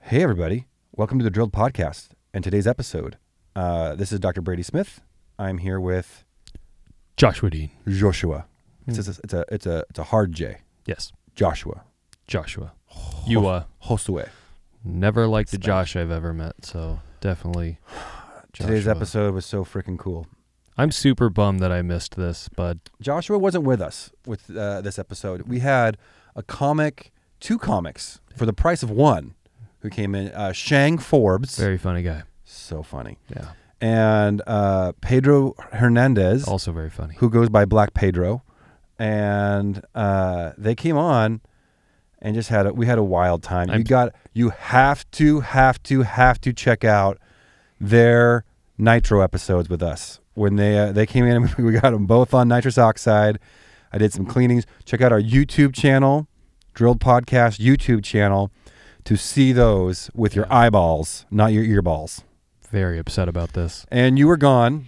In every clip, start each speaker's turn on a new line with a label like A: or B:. A: Hey, everybody. Welcome to the Drilled Podcast and today's episode. Uh, this is Dr. Brady Smith. I'm here with
B: Joshua Dean.
A: Joshua. It's, a, it's, a, it's, a, it's a hard J.
B: Hmm. Yes,
A: Joshua.
B: Joshua. You uh,
A: Josue.
B: never liked the
A: Spanish.
B: Josh I've ever met, so definitely.
A: Today's
B: Joshua.
A: episode was so freaking cool.
B: I'm super bummed that I missed this, but
A: Joshua wasn't with us with uh, this episode. We had a comic, two comics for the price of one who came in uh, Shang Forbes.
B: very funny guy.
A: So funny.
B: Yeah,
A: And uh, Pedro Hernandez.
B: also very funny.
A: who goes by Black Pedro, and uh, they came on and just had a, we had a wild time. you
B: I'm-
A: got you have to have to have to check out their Nitro episodes with us when they uh, they came in and we got them both on nitrous oxide. I did some cleanings. Check out our YouTube channel, Drilled Podcast YouTube channel, to see those with your
B: Yeah.
A: eyeballs, not your earballs.
B: Very upset about this.
A: And you were gone.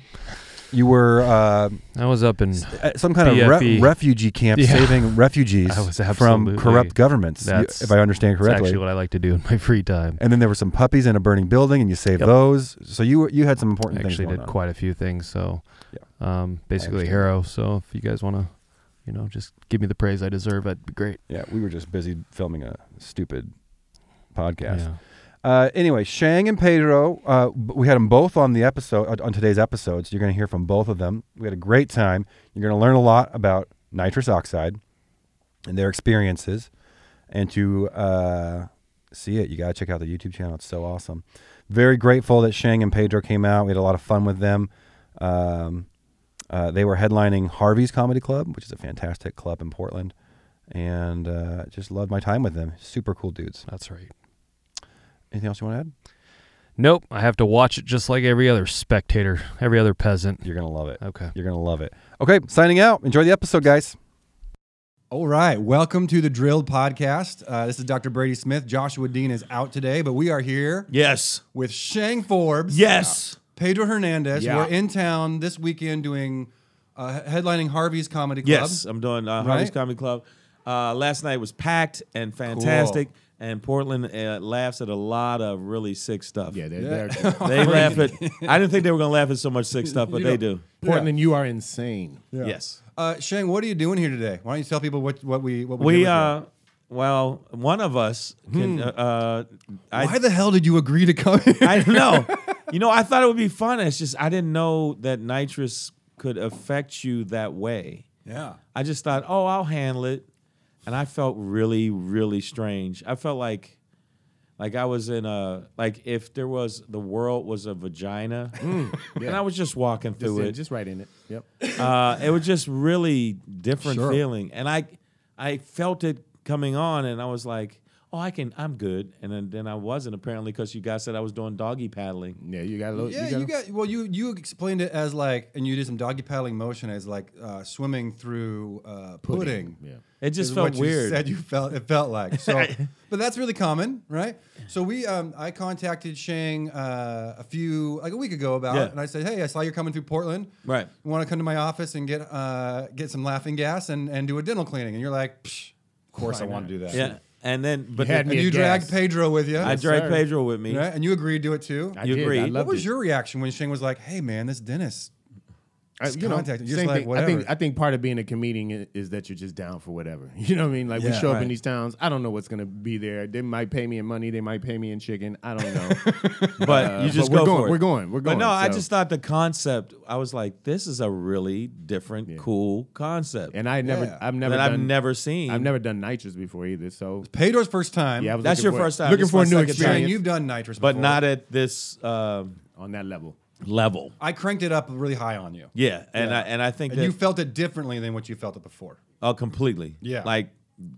A: You were. Uh,
B: I was up in.
A: uh, some kind of re-
B: BFE.
A: refugee camp
B: E. Yeah.
A: saving refugees
B: I was
A: from
B: absolutely-
A: corrupt governments, you-
B: That's-
A: if I understand
B: It's
A: correctly.
B: actually what I like to do in my free time.
A: and then there were some puppies in a burning building, and you saved
B: Yep.
A: those. So you were- you had some
B: I
A: important things
B: actually
A: going
B: did
A: on.
B: quite a few things, so
A: Yeah.
B: um, basically
A: understand.
B: hero. So if you guys want to, you know, just give me the praise I deserve, that'd be great.
A: yeah, we were just busy filming a stupid podcast.
B: Yeah.
A: Uh, anyway, Shang and Pedro, uh, b- we had them both on the episode uh, on today's episode. So you're going to hear from both of them. We had a great time. You're going to learn a lot about nitrous oxide and their experiences. And to uh, see it, you got to check out the YouTube channel. It's so awesome. Very grateful that Shang and Pedro came out. We had a lot of fun with them. Um, uh, they were headlining Harvey's Comedy Club, which is a fantastic club in Portland, and uh, just loved my time with them. Super cool dudes.
B: That's right.
A: Anything else you want to add?
B: Nope, I have to watch it just like every other spectator, every other peasant.
A: You're going to love it.
B: Okay.
A: You're going to love it. Okay, signing out. Enjoy the episode, guys. All right. Welcome to the Drilled Podcast. Uh, this is Dr. Brady Smith. Joshua Dean is out today, but we are here
C: Yes.
A: with Shang Forbes.
C: Yes.
A: Pedro Hernandez.
C: Yeah.
A: We're in town this weekend doing uh, headlining Harvey's Comedy Club.
C: Yes. I'm doing uh,
A: Right?
C: Harvey's Comedy Club. Uh, last night was packed and fantastic. And Portland uh, laughs at a lot of really sick stuff.
D: Yeah, they're,
A: Yeah.
D: they're
C: They laugh at. I didn't think they were gonna laugh at so much sick stuff, but they do.
D: Portland. You are insane.
C: Yes.
A: Uh, Shang, what are you doing here today? Why don't you tell people what, what we what we, did
C: We
A: with
C: uh, well, one of us can. Uh, uh,
A: you.
C: I
A: Hmm. Why the hell did you agree to come? here?
C: I don't know. you know, I thought it would be fun. It's just I didn't know that nitrous could affect you that way.
A: yeah.
C: I just thought, oh, I'll handle it. And I felt really, really strange. I felt like like I was in a like if there was the world was a vagina
A: Mm,
C: and I was just walking
D: Just,
C: through
D: in,
C: it.
D: just right in it. Yep.
C: uh, it was just really different
A: Sure.
C: feeling. And I I felt it coming on and I was like, Oh, I can I'm good. And then, then I wasn't apparently because you guys said I was doing doggy paddling.
D: Yeah, you got a little.
A: Yeah,
D: Oh, you got.
A: you got well. You you explained it as like, and you did some doggy paddling motion as like uh, swimming through uh, pudding.
D: yeah.
C: It
A: is
C: just felt
A: what You
C: weird.
A: said you felt it felt like so, but that's really common, right? So we, um, I contacted Shang uh, a few like a week ago about,
C: Yeah.
A: it, and I said, hey, I saw you're coming through Portland,
C: Right.
A: You want to come to my office and get uh, get some laughing gas and and do a dental cleaning? And you're like, Psh, of course I
D: Why
A: want to do that.
C: yeah. And then but
D: had
A: And
D: Me
A: you
D: a
A: dragged
D: gas.
A: Pedro with you.
C: I dragged
D: sir.
C: Pedro with me.
A: Right? And you agreed to it too.
D: I
C: You
D: did.
C: agree.
D: I
C: What
D: loved
A: what was
D: it.
A: your reaction when Shang was like, "Hey man, this dentist
D: I, you know,
A: contact?
D: same
A: You're just like,
D: thing. I think
A: whatever.
D: I think part of being a comedian i- is that you're just down for whatever. You know what I mean? Like we
A: Yeah,
D: show up
C: right.
D: in these towns. I don't know what's gonna be there. They might pay me in money. They might pay me in chicken. I don't know.
C: but
D: Uh,
C: you just go
D: but we're going,
C: for it.
D: we're going, we're
C: But no,
D: going,
C: I
D: so.
C: just thought the concept. I was like, this is a really different, cool concept,
D: and I never.
A: Yeah.
D: I've never.
C: that
D: done,
C: I've never seen.
D: I've never done nitrous before either. So
A: Pedro's first time.
D: yeah, I was
C: That's
D: looking
C: your
D: for-
C: first time.
D: Looking
C: This is
D: for
C: my
D: a new
C: second time.
A: Shane,
D: experience
A: you've done nitrous,
C: but
A: before.
C: not at this um
D: on that level.
C: level.
A: I cranked it up really high on you.
C: Yeah, and I and I think
A: And
C: that
A: you felt it differently than what you felt it before.
C: oh, completely.
A: Yeah.
C: like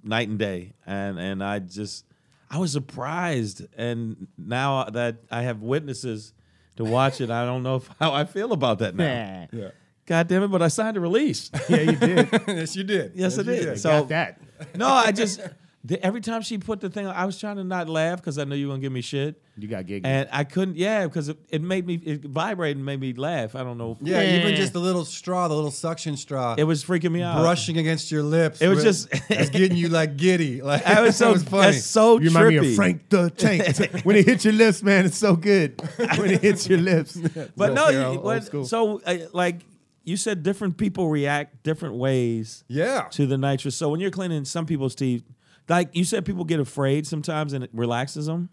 C: night and day, and and I just I was surprised, and now that I have witnesses to watch it, I don't know if, how I feel about that now.
D: Nah.
A: Yeah.
C: God damn it! But I signed a release.
D: Yeah, you did.
A: yes, you did.
C: Yes, I did.
D: so
C: So
D: got that.
C: No, I just The- every time she put the thing, on, I was trying to not laugh because I knew you were gonna give me shit,
D: You got gigged.
C: and I couldn't. Yeah, because it, it made me it vibrated and made me laugh. I don't know.
A: Yeah, even
B: Yeah.
A: just the little straw, the little suction straw,
C: It was freaking me out.
A: brushing against your lips.
C: It was
A: re-
C: just-
A: it's getting you like giddy. Like
C: I was so
A: it was funny.
C: that's so
D: you remind
C: trippy.
D: me of Frank the Tank. when it hits your lips, man, it's so good. when it hits your lips.
C: But
D: Will
C: no,
D: Ferrell,
C: you,
D: old
C: but-
D: school.
C: so uh, like you said, different people react different ways
A: yeah.
C: to the nitrous. So when you're cleaning some people's teeth, like you said, people get afraid sometimes and it relaxes them.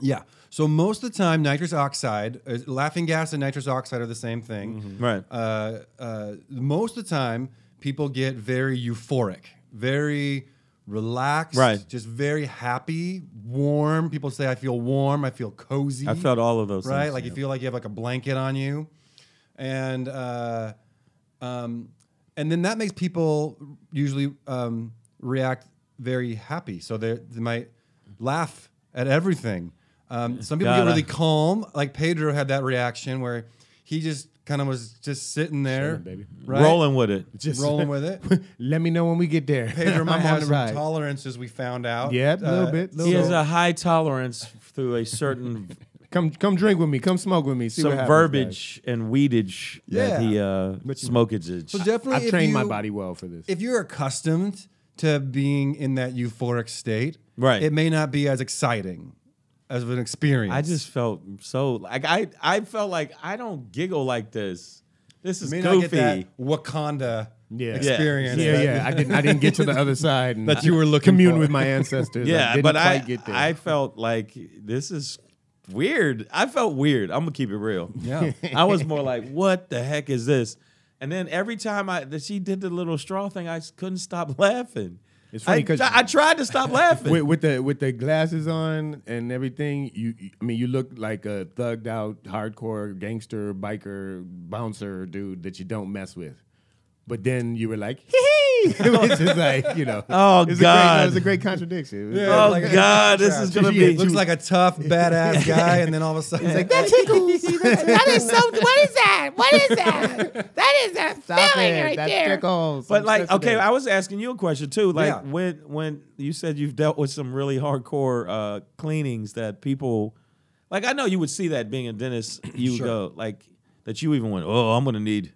A: Yeah. So most of the time, nitrous oxide, uh, laughing gas, and nitrous oxide are the same thing.
C: Right.
A: Uh, uh, most of the time, people get very euphoric, very relaxed,
C: Right.
A: Just very happy, warm. People say, "I feel warm. I feel cozy."
C: I felt all of those
A: right?
C: things,
A: Like
C: yeah.
A: you feel like you have like a blanket on you, and uh, um, and then that makes people usually um, react very happy. So they they might laugh at everything. Um, some people
C: God,
A: get
C: I-
A: really calm. Like Pedro had that reaction where he just kind of was just sitting there,
D: Chilling, baby.
A: right?
C: Rolling with it.
D: Just
A: rolling with it.
D: Let me know when we get there.
A: Pedro might
D: I'm on
A: have
D: the
A: some
D: ride.
A: tolerances we found out.
D: yeah, a little
A: Uh,
D: bit. Little
C: He has
D: bit.
C: a high tolerance through a certain
D: come, come drink with me. Come smoke with me. See
C: some
D: what happens, guys.
C: verbiage and weedage
A: Yeah.
C: that he uh, smokages.
A: So definitely,
D: I've
A: if
D: trained my
A: you-
D: body well for this.
A: if you're accustomed to being in that euphoric state,
C: Right.
A: it may not be as exciting as an experience.
C: I just felt so like I I felt like I don't giggle like this. This is
A: may
C: goofy.
A: not get that Wakanda
D: Yeah.
A: experience.
D: yeah,
A: that-
D: yeah. I didn't. I didn't get to the other side. And
A: That you were looking
D: commune
A: for.
D: with my ancestors. I
C: Yeah,
D: didn't
C: but
D: quite
C: I
D: get there.
C: I felt like this is weird. I felt weird. I'm gonna keep it real.
A: Yeah.
C: I was more like, what the heck is this? And then every time I that she did the little straw thing, I just couldn't stop laughing.
D: It's funny
C: I
D: 'cause-
C: tri- I, tried to stop laughing.
D: with, with the with the glasses on and everything, you you- I mean you look like a thugged out hardcore gangster biker bouncer dude that you don't mess with. But then you were like, hee hee. It was just like, you know.
C: Oh,
D: it was A great,
C: God.
D: it was a great contradiction. It was
A: Yeah.
C: oh
A: like-
C: God, this is gonna
D: Yeah,
C: be.
A: It looks like a tough, badass guy, and then all of a sudden,
D: like, that tickles.
E: that is so. What is that? What is that? That is that feeling right
D: that
E: there.
D: tickles.
C: but
D: I'm
C: like,
D: sensitive.
C: okay, I was asking you a question too. Like
A: Yeah.
C: when when you said you've dealt with some really hardcore uh, cleanings that people, like I know you would see that being a dentist. You
A: Sure.
C: go like that. You even went, oh, I'm gonna need, I'm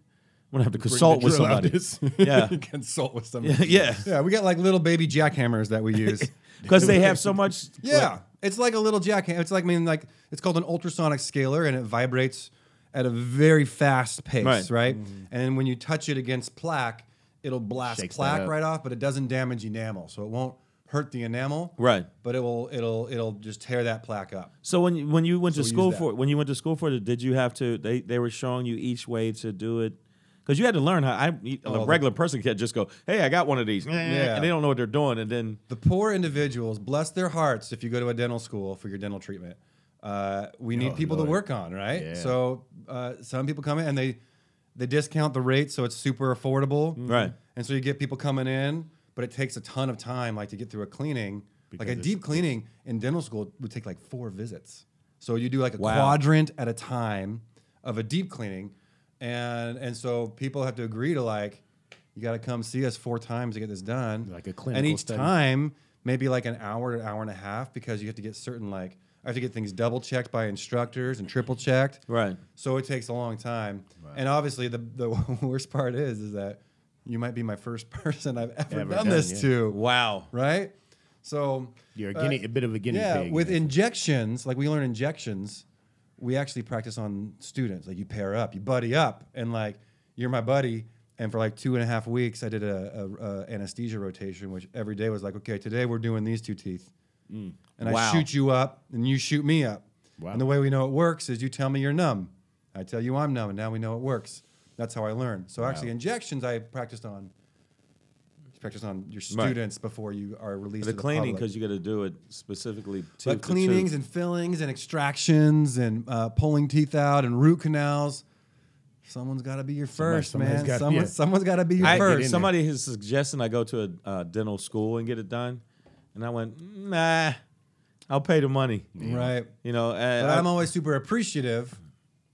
C: gonna have to consult with
D: drill out
C: somebody.
D: this.
C: Yeah,
A: you consult with somebody.
C: yeah, yeah,
A: Yeah, we got like little baby jackhammers that we use.
C: because they have so much.
A: Yeah, it's like a little jackhammer. It's like I mean, like it's called an ultrasonic scalar, and it vibrates at a very fast pace,
C: Right.
A: right? And then when you touch it against plaque, it'll blast
D: Shakes that
A: plaque
D: up.
A: right off, but it doesn't damage enamel, so it won't hurt the enamel,
C: Right.
A: But it will, it'll, it'll just tear that plaque up.
C: So when you, when you went to
A: use
C: school
A: that.
C: for it, when you went to school for it, did you have to? They they were showing you each way to do it. Because you had to learn how I, you-
A: Oh,
C: a regular person can't just go, hey, I got one of these, and they don't know what they're doing, and then
A: The poor individuals, bless their hearts, if you go to a dental school for your dental treatment, uh, we need people to work on, right?
D: Oh, Yeah.
A: So uh, some people come in and they they discount the rate so it's super affordable,
D: Mm-hmm.
C: Right.
A: And so you get people coming in, but it takes a ton of time, like to get through a cleaning, like a deep cleaning in dental school would take like four visits. So you do like a
C: Wow.
A: quadrant at a time of a deep cleaning, and and so people have to agree to like. You got to come see us four times to get this done.
D: Like a
A: And
D: clinical
A: each
D: study.
A: time time maybe like an hour to an hour and a half because you have to get certain like I have to get things double checked by instructors and triple checked.
C: Right.
A: So it takes a long time. And obviously the the worst part is is that you might be my first person I've ever,
D: Ever
A: done,
D: done,
A: this
D: yeah.
A: to.
C: wow,
A: Right? So
D: You're a,
A: uh,
D: guinea, a bit of a guinea
A: yeah,
D: pig.
A: with injections, like we learn injections, we actually practice on students. Like you pair up, you buddy up, and like you're my buddy. And for like two and a half weeks, I did a, a, a anesthesia rotation, which every day was like, okay, today we're doing these two teeth, and
C: Wow.
A: I shoot you up, and you shoot me up.
D: Wow.
A: And the way we know it works is you tell me you're numb, I tell you I'm numb, and now we know it works. That's how I learned. So actually, injections I practiced on. Practice on your students before you are released.
C: the
A: to the
C: cleaning
A: public
C: because you got to do it specifically. Tooth
A: but
C: to
A: cleanings
C: tooth.
A: and fillings and extractions and uh, pulling teeth out and root canals. Someone's got to be your first,
D: somebody's
A: man.
D: got-
A: someone,
D: yeah.
A: someone's got to be your
C: I,
A: first.
D: in
C: somebody is suggesting I go to a uh, dental school and get it done, and I went, nah, I'll pay the money.
A: Right.
C: You know,
A: But
C: and
A: I'm
C: I-
A: always super appreciative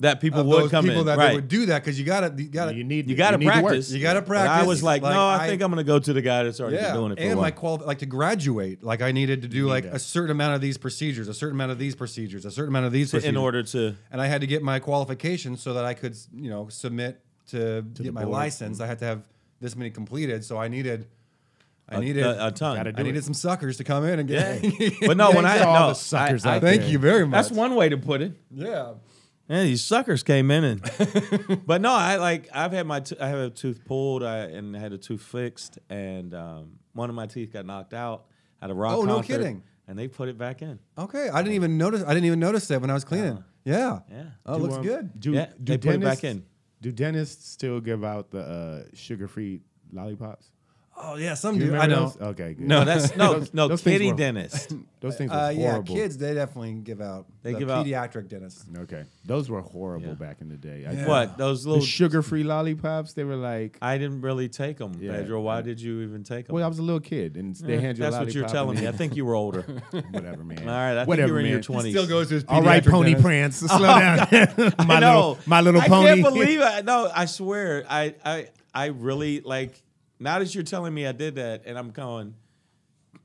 C: that people
A: of
C: would
A: those
C: come
A: people
C: in.
A: that they
C: right.
A: would do that because you gotta you gotta
D: You need
C: you got to
D: need to work.
C: practice.
A: You gotta
C: But I
A: practice.
C: was like,
A: Like,
C: no, I,
A: I-
C: think I'm gonna go to the guy that's already
A: yeah
C: been doing it for
A: and
C: a while.
A: my qual like to graduate like I needed to do like a certain amount of these procedures a certain amount of these procedures a certain amount of these
C: To-
A: procedures
C: in order to
A: and I had to get my qualifications so that I could, you know, submit to, get my license. I had to have this many completed, so I needed, I
C: a,
A: needed,
C: a, a ton.
D: Gotta do
A: I needed some suckers to come in and get.
C: But no, when I
D: Thanks to all
C: no,
D: the suckers
C: I, I,
D: out
A: Thank you very much.
C: that's one way to put it.
A: Yeah.
C: Man, these suckers came in, and but no, I like I've had my t- I have a tooth pulled, I and had a tooth fixed, and um, one of my teeth got knocked out at a rock
A: Oh, no
C: concert,
A: kidding.
C: and they put it back in.
A: Okay. I didn't even notice. I didn't even notice that when I was cleaning. yeah.
C: Yeah.
A: Oh, it
D: Do,
A: looks
D: um,
A: good.
D: Do,
C: Yeah,
D: do
C: they put it back
D: dentists-
C: in.
D: Do dentists still give out the uh, sugar-free lollipops?
A: Oh yeah, some
D: Do you
A: do. I
D: remember
A: don't.
D: those? Okay, good.
C: No, that's no, no,
D: those things
C: kitty
D: were-
C: dentist.
D: those things were
A: Uh, yeah,
D: horrible.
A: kids they definitely give out.
C: They
A: the
C: give out-
A: pediatric dentists.
D: Okay, those were horrible
C: Yeah.
D: back in the day. I-
A: Yeah.
C: What those
D: The
C: little?
D: sugar-free lollipops, they were like.
C: I didn't really take them,
D: Yeah.
C: Pedro. Why did you even take them?
D: Well, I was a little kid, and they hand you a
C: that's what you're
D: lollipop
C: telling
D: and
C: me. I think you were older.
D: then- whatever, man.
C: All right, I think
D: whatever,
C: you were in
D: man.
C: your 20s.
A: to his
D: All right, Pony Prince, slow down. my
C: I know.
D: little, my little
C: I
D: pony.
C: I can't believe it. No, I swear. I, I, I really like. Now that you're telling me I did that, and I'm going,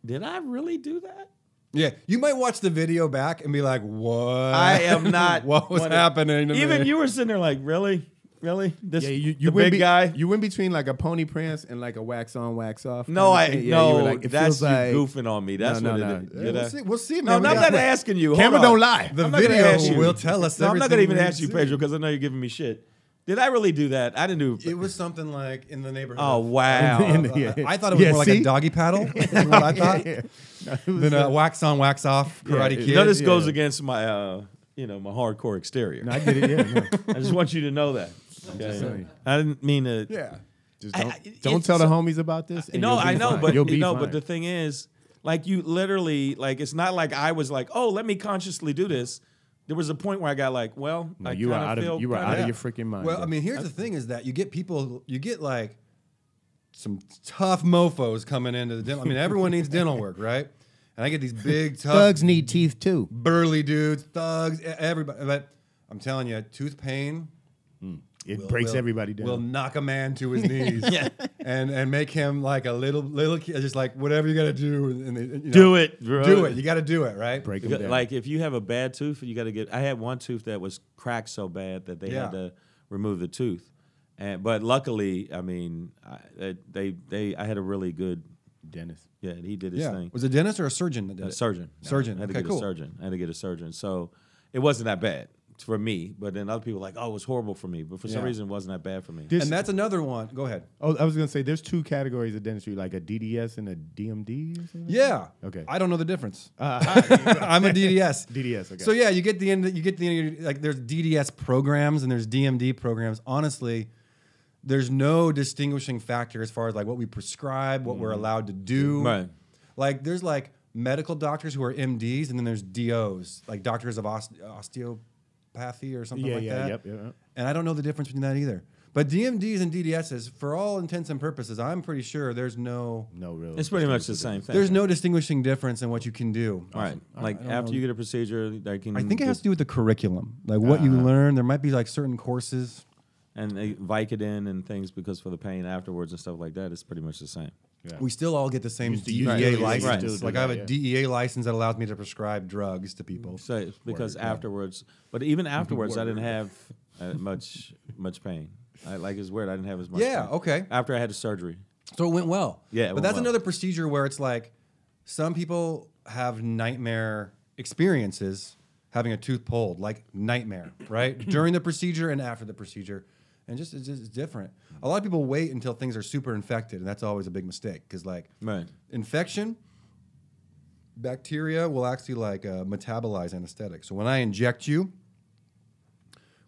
C: did I really do that?
A: Yeah, you might watch the video back and be like, "What?
C: I am not.
A: what was
C: one of-
A: happening?" To
C: Even
A: me?
C: you were sitting there like, really, really? This
D: Yeah, you,
C: the
D: you went
C: big
D: be-
C: guy?
D: You went between like a pony prince and like a wax on, wax off.
C: no, I
D: kind of thing. Yeah, you
C: no.
D: were like, it
C: that's
D: feels like-
C: you goofing on me. That's
D: No,
C: what it
D: no,
C: is.
D: no.
A: Yeah,
C: Did I-
A: we'll, see, we'll see.
C: No,
A: Man.
C: I'm
A: We
C: not
A: got-
C: asking you. Hold
D: Camera
C: on.
D: don't lie.
A: The
C: I'm not gonna ask
A: video
C: you.
A: will tell us.
C: No, I'm not
A: everything
C: gonna
A: we
C: even
A: need
C: ask you,
A: see.
C: Pedro, because I know you're giving me shit. Did I really do that? I didn't do.
A: It was something like in the neighborhood.
C: oh
A: of-
C: wow.
D: In
A: Uh,
D: Yeah.
A: I thought it was
D: Yeah,
A: more like
D: see?
A: a doggy paddle. is what I thought. Then uh, wax on, wax off, karate
D: it-
A: kid.
C: Now this
D: Yeah.
C: goes against my, uh, you know, my hardcore exterior.
D: I get it. Yeah, no.
C: I just want you to know that. Okay?
D: saying.
C: I didn't mean to.
A: yeah.
D: Just
C: I-
D: don't,
C: I-
D: don't
C: it's-
D: tell the homies about this. and
C: No,
D: you'll be
C: I know,
D: fine.
C: but
D: you'll
C: you
D: be
C: know,
D: fine.
C: but the thing is, like, you literally, like, it's not like I was like, oh, let me consciously do this. There was a point where I got like, well,
D: No,
C: I
D: you are
C: kinda
D: out of-
C: feel
D: you are
C: kinda-
D: out of your freaking mind,
A: Well,
D: bro.
A: I mean, here's the thing: is that you get people, you get like some tough mofo's coming into the dental. I mean, everyone needs dental work, right? And I get these big tough
D: thugs need teeth too.
A: burly dudes, thugs, e- everybody. But I'm telling you, tooth pain
D: It breaks
A: will-
D: everybody down.
A: Will knock a man to his knees, and and make him like a little little kid, just like whatever you got to do. And, and, you know,
C: Do it, bro.
A: do it. You got to do it, right?
D: break
C: You
D: them
C: got-
D: down.
C: Like if you have a bad tooth, you got to get. I had one tooth that was cracked so bad that they had
A: Yeah.
C: to remove the tooth, and but luckily, I mean, I, they- they they I had a really good.
D: Dennis.
C: Yeah, he did his
A: Yeah.
C: thing.
A: Was it a dentist or a surgeon that did
C: A
A: it?
C: surgeon.
A: Surgeon.
C: I had to
A: Okay,
C: get a
A: cool.
C: surgeon. I had to get a surgeon. So it wasn't that bad for me. But then other people were like, oh, it was horrible for me. But for some
A: Yeah.
C: reason, it wasn't that bad for me.
D: This-
A: And that's another one. Go ahead.
D: Oh, I was gonna say there's two categories of dentistry, like a DDS and a DMD. Or something?
A: Yeah.
D: Okay. Uh,
A: I don't know the difference. I'm a DDS.
D: DDS, okay.
A: So yeah, you get the end. You get the end. Like there's DDS programs and there's DMD programs. Honestly, there's no distinguishing factor as far as like what we prescribe, what
D: Mm-hmm.
A: we're allowed to do.
C: Right.
A: Like there's like medical doctors who are MDs, and then there's DOs, like doctors of oste- osteopathy or something
D: Yeah,
A: like
D: yeah,
A: that.
D: yep, yep, yep.
A: And I don't know the difference between that either. But DMDs and DDSs, for all intents and purposes, I'm pretty sure there's no
D: No, real.
C: It's pretty much the same thing.
A: there's no distinguishing difference in what you can do.
C: All right. Like after you get a procedure, they can.
A: I think it has
C: just-
A: to do with the curriculum, like what
C: Uh,
A: you learn. There might be like certain courses.
C: and they Vicodin and things because for the pain afterwards and stuff like that, it's pretty much the same.
A: We still all get the same
D: still- you
A: DEA
D: still-
C: you still
A: license.
D: do
A: Like I have a
D: that, yeah.
A: DEA license that allows me to prescribe drugs to people.
C: So it's because afterwards, but even afterwards, I didn't have uh, much much pain. I, like it's weird. I didn't have as much.
A: Yeah,
C: pain.
A: okay.
C: After I had the surgery,
A: So it went well.
C: Yeah, it
A: but
C: went
A: that's
C: well.
A: another procedure where it's like some people have nightmare experiences having a tooth pulled, like nightmare, right? During the procedure and after the procedure. And just it's just it's different. A lot of people wait until things are super infected, and that's always a big mistake because like
C: Right.
A: infection, bacteria will actually like uh, metabolize anesthetic. So when I inject you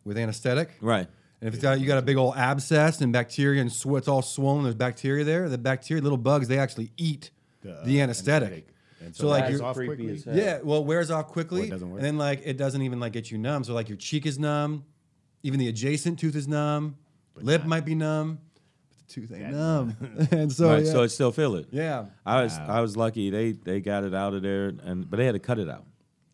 A: with anesthetic,
C: right?
A: and if it's got, you got a big old abscess and bacteria and sw- it's all swollen, there's bacteria there. The bacteria, little bugs, they actually eat the,
D: uh,
A: anesthetic.
D: anesthetic. And
A: So,
D: so
A: like
D: that's
A: your
D: off quickly.
A: yeah, well, it wears off quickly,
D: doesn't work.
A: and then like it doesn't even like get you numb. So like your cheek is numb, even the adjacent tooth is numb, lip might be numb, but the tooth ain't numb. and so
C: right.
A: yeah.
C: So I still feel it.
A: yeah.
C: I was I was lucky. They they got it out of there, and but they had to cut it out.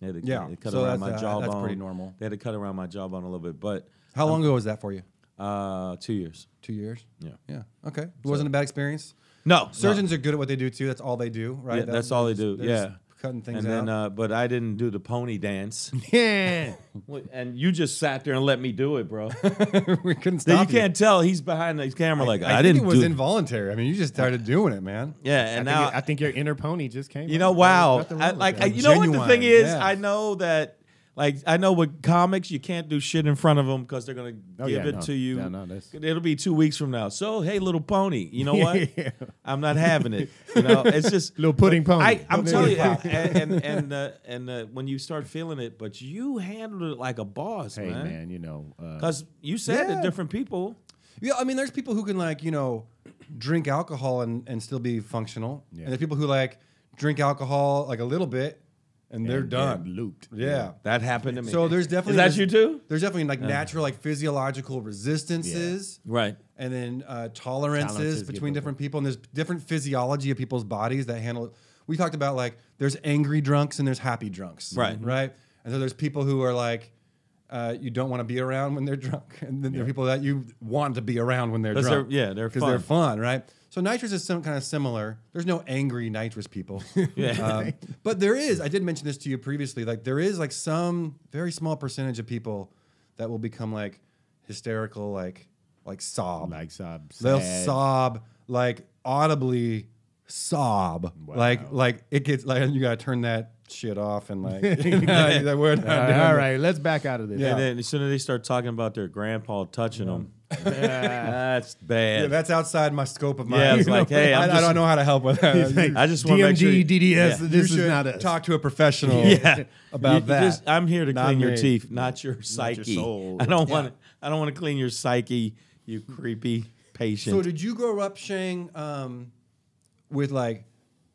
C: They had to,
A: Yeah.
C: they cut
A: So
C: around
A: that's,
C: my
A: uh, that's
C: jawbone.
A: pretty normal.
C: They had to cut around my jawbone a little bit, but
A: How long ago was that for you?
C: uh, two years.
A: Two years.
C: Yeah.
A: Yeah. Okay. It wasn't a bad experience.
C: No,
A: Surgeons are good at what they do too. That's all they do, right?
C: Yeah,
A: That-
C: that's all they
A: they're
C: do.
A: just- they're
C: Yeah,
A: just cutting things
C: and Then,
A: out.
C: uh, but I didn't do the pony dance,
D: Yeah.
C: Wait, and you just sat there and let me do it, bro.
A: we couldn't
C: Then you
A: stop
C: can't tell he's behind the camera like
A: think
C: I, didn't
A: It was
C: do.
A: involuntary. I mean, you just started doing it, man.
C: yeah, and
D: And
C: now
D: I, think, I think your inner pony just came.
C: You know,
D: out.
C: wow.
D: There's
C: I,
D: nothing wrong with
C: like,
D: that.
C: I, you know what the
A: Genuine,
C: thing is?
A: yes.
C: I know that, like, I know with comics, you can't do shit in front of them because they're gonna
D: Oh,
C: give
D: yeah,
C: it
D: no.
C: to you.
D: Yeah, no, that's-
C: It'll be two weeks from now. So, hey, little pony, you know what? I'm not having it. You know, it's just
D: Little pudding pony.
C: I, I'm
D: Little
C: telling you,
D: pudding
C: and and and, uh, and uh, when you start feeling it, but you handled it like a boss,
D: hey man,
C: man.
D: you know, uh,
C: Because you said
A: Yeah.
C: to different people.
A: Yeah, I mean, there's people who can like you know drink alcohol and, and still be functional, and there's people who like drink alcohol like a little bit and they're
D: and- and
A: done.
D: looped.
A: Yeah.
C: That happened to me.
A: So there's definitely
C: is that you too?
A: There's definitely like natural like physiological resistances.
C: Uh. Right.
A: and then uh, tolerances,
D: Tolerances get
A: between
D: built
A: different people, and there's different physiology of people's bodies that handle. We talked about like there's angry drunks and there's happy drunks, Mm-hmm.
C: Right.
A: Right, and so there's people who are like. Uh, you don't want to be around when they're drunk, and then there are people that you want to be around when they're
C: 'Cause
A: drunk.
C: they're- yeah, they're
A: because they're fun, right? So nitrous is some kind of similar. There's no angry nitrous people,
C: Yeah.
A: um, but there is. I did mention this to you previously. Like there is like some very small percentage of people that will become like hysterical, like like sob,
D: like sob.
A: they'll
D: sad.
A: sob like audibly sob like like it gets like and you gotta turn that shit off and like you know, like, we're not
D: All right,
A: doing
D: all
A: that.
D: right, let's back out of this.
A: Yeah.
C: And then as soon as they start talking about their grandpa touching them, that's bad.
A: Yeah, that's outside my scope of my
C: Yeah, it's
A: you know,
C: like, hey, I'm
A: I, I
C: just-
A: don't know how to help with
D: You
A: that
D: think,
C: I just wanna make sure you-
D: DMG, DDS.
C: Yeah.
D: This
A: You
D: is
A: should
D: not us.
A: talk to a professional
C: yeah,
A: about
C: You
A: that
C: just- I'm here to
A: Not
C: clean your
A: me.
C: teeth, not your psyche.
D: soul.
C: I don't want. I don't want to clean your psyche. You creepy patient.
A: so did you grow up shang um with like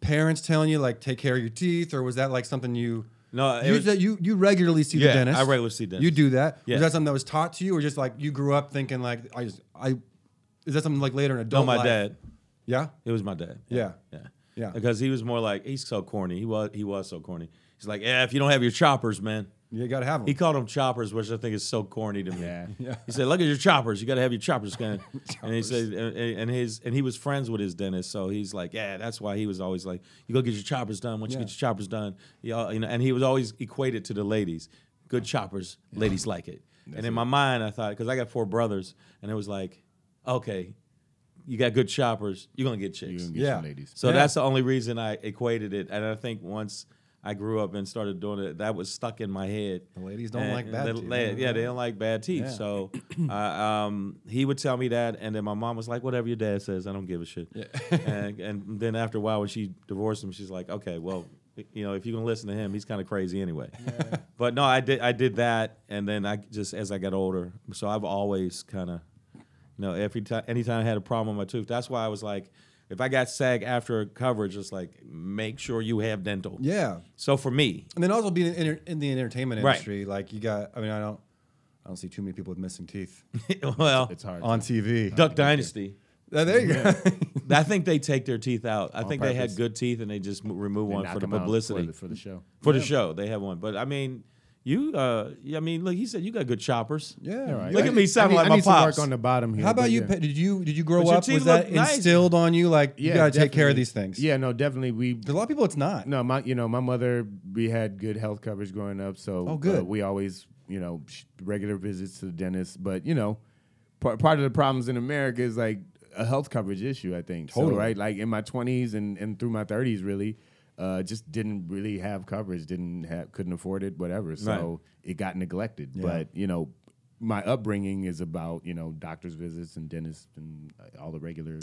A: parents telling you like take care of your teeth or was that like something you
C: No, uh, it
A: you,
C: was-
A: that you you regularly see
C: Yeah,
A: the dentist.
C: I regularly see dentists.
A: You do that.
C: Yeah.
A: Was that something that was taught to you, or just like you grew up thinking like I just I is that something like later in
C: no,
A: adult?
C: my
A: life?
C: dad.
A: Yeah.
C: It was my dad.
A: Yeah.
C: yeah,
A: Yeah.
C: Because he was more like he's so corny. He was he was so corny. He's like, yeah, if you don't have your choppers, man.
A: You gotta have them.
C: He called them choppers, which I think is so corny to me.
D: Yeah.
C: He said, "Look at your choppers. You got to have your choppers scanned." and he said, and, and his and he was friends with his dentist, so he's like, "Yeah, that's why he was always like, you go get your choppers done. Once you get your choppers done, you, all, you know." And he was always equated to the ladies. Good choppers, ladies like it. and in my mind, I thought because I got four brothers, and it was like, okay, you got good choppers, you're gonna get chicks.
D: You can get
A: Yeah.
D: some ladies.
C: So that's the only reason I equated it. And I think once I grew up and started doing it, that was stuck in my head. The
A: ladies don't like bad teeth.
C: yeah, they don't like bad teeth. So uh, um, he would tell me that. And then my mom was like, whatever your dad says, I don't give a shit. and, and then after a while, when she divorced him, she's like, okay, well, you know, if you're gonna listen to him, he's kind of crazy anyway. But no, I did I did that, and then I just as I got older, so I've always kind of you know, every time, anytime I had a problem with my tooth, that's why I was like, if I got SAG after coverage, it's like make sure you have dental.
A: yeah.
C: So for me,
A: And then also being in, enter- in the entertainment
C: Right.
A: industry, like you got. I mean, I don't. I don't see too many people with missing teeth
C: well,
D: It's hard.
A: on TV.
C: Duck Dynasty.
A: Uh, there you go.
C: I think they take their teeth out. I think they had
D: purpose.
C: good teeth and they just mo- remove
D: They
C: one
D: knock
C: for the
D: 'em out
C: publicity
D: for the, for the show.
C: for the show. They have one, but I mean, you, uh, I mean, look, he said you got good choppers.
A: Yeah.
D: All right.
C: Look
D: I
C: at
D: need-
C: me sounding
D: I
C: like
D: need,
C: my
D: I need some work
C: pops.
D: on the bottom here.
A: How about
D: but
A: you?
D: yeah.
A: Pa- Did you did you grow
C: But your
A: up?
C: teeth
A: Was that
C: look nice.
A: instilled on you? Like you
D: Yeah,
A: gotta take care
D: definitely.
A: of these things.
D: Yeah, no, definitely. We
A: 'Cause A lot of people, it's not.
D: No, my you know my mother we had good health coverage growing up, so
A: Oh, good.
D: uh, we always you know sh- regular visits to the dentist, but you know part part of the problems in America is like a health coverage issue. I think
A: Totally.
D: so, right? Like in my twenties and and through my thirties, really, uh, just didn't really have coverage, didn't have couldn't afford it, whatever. So it got neglected, but you know. My upbringing is about you know doctors' visits and dentists and uh, all the regular.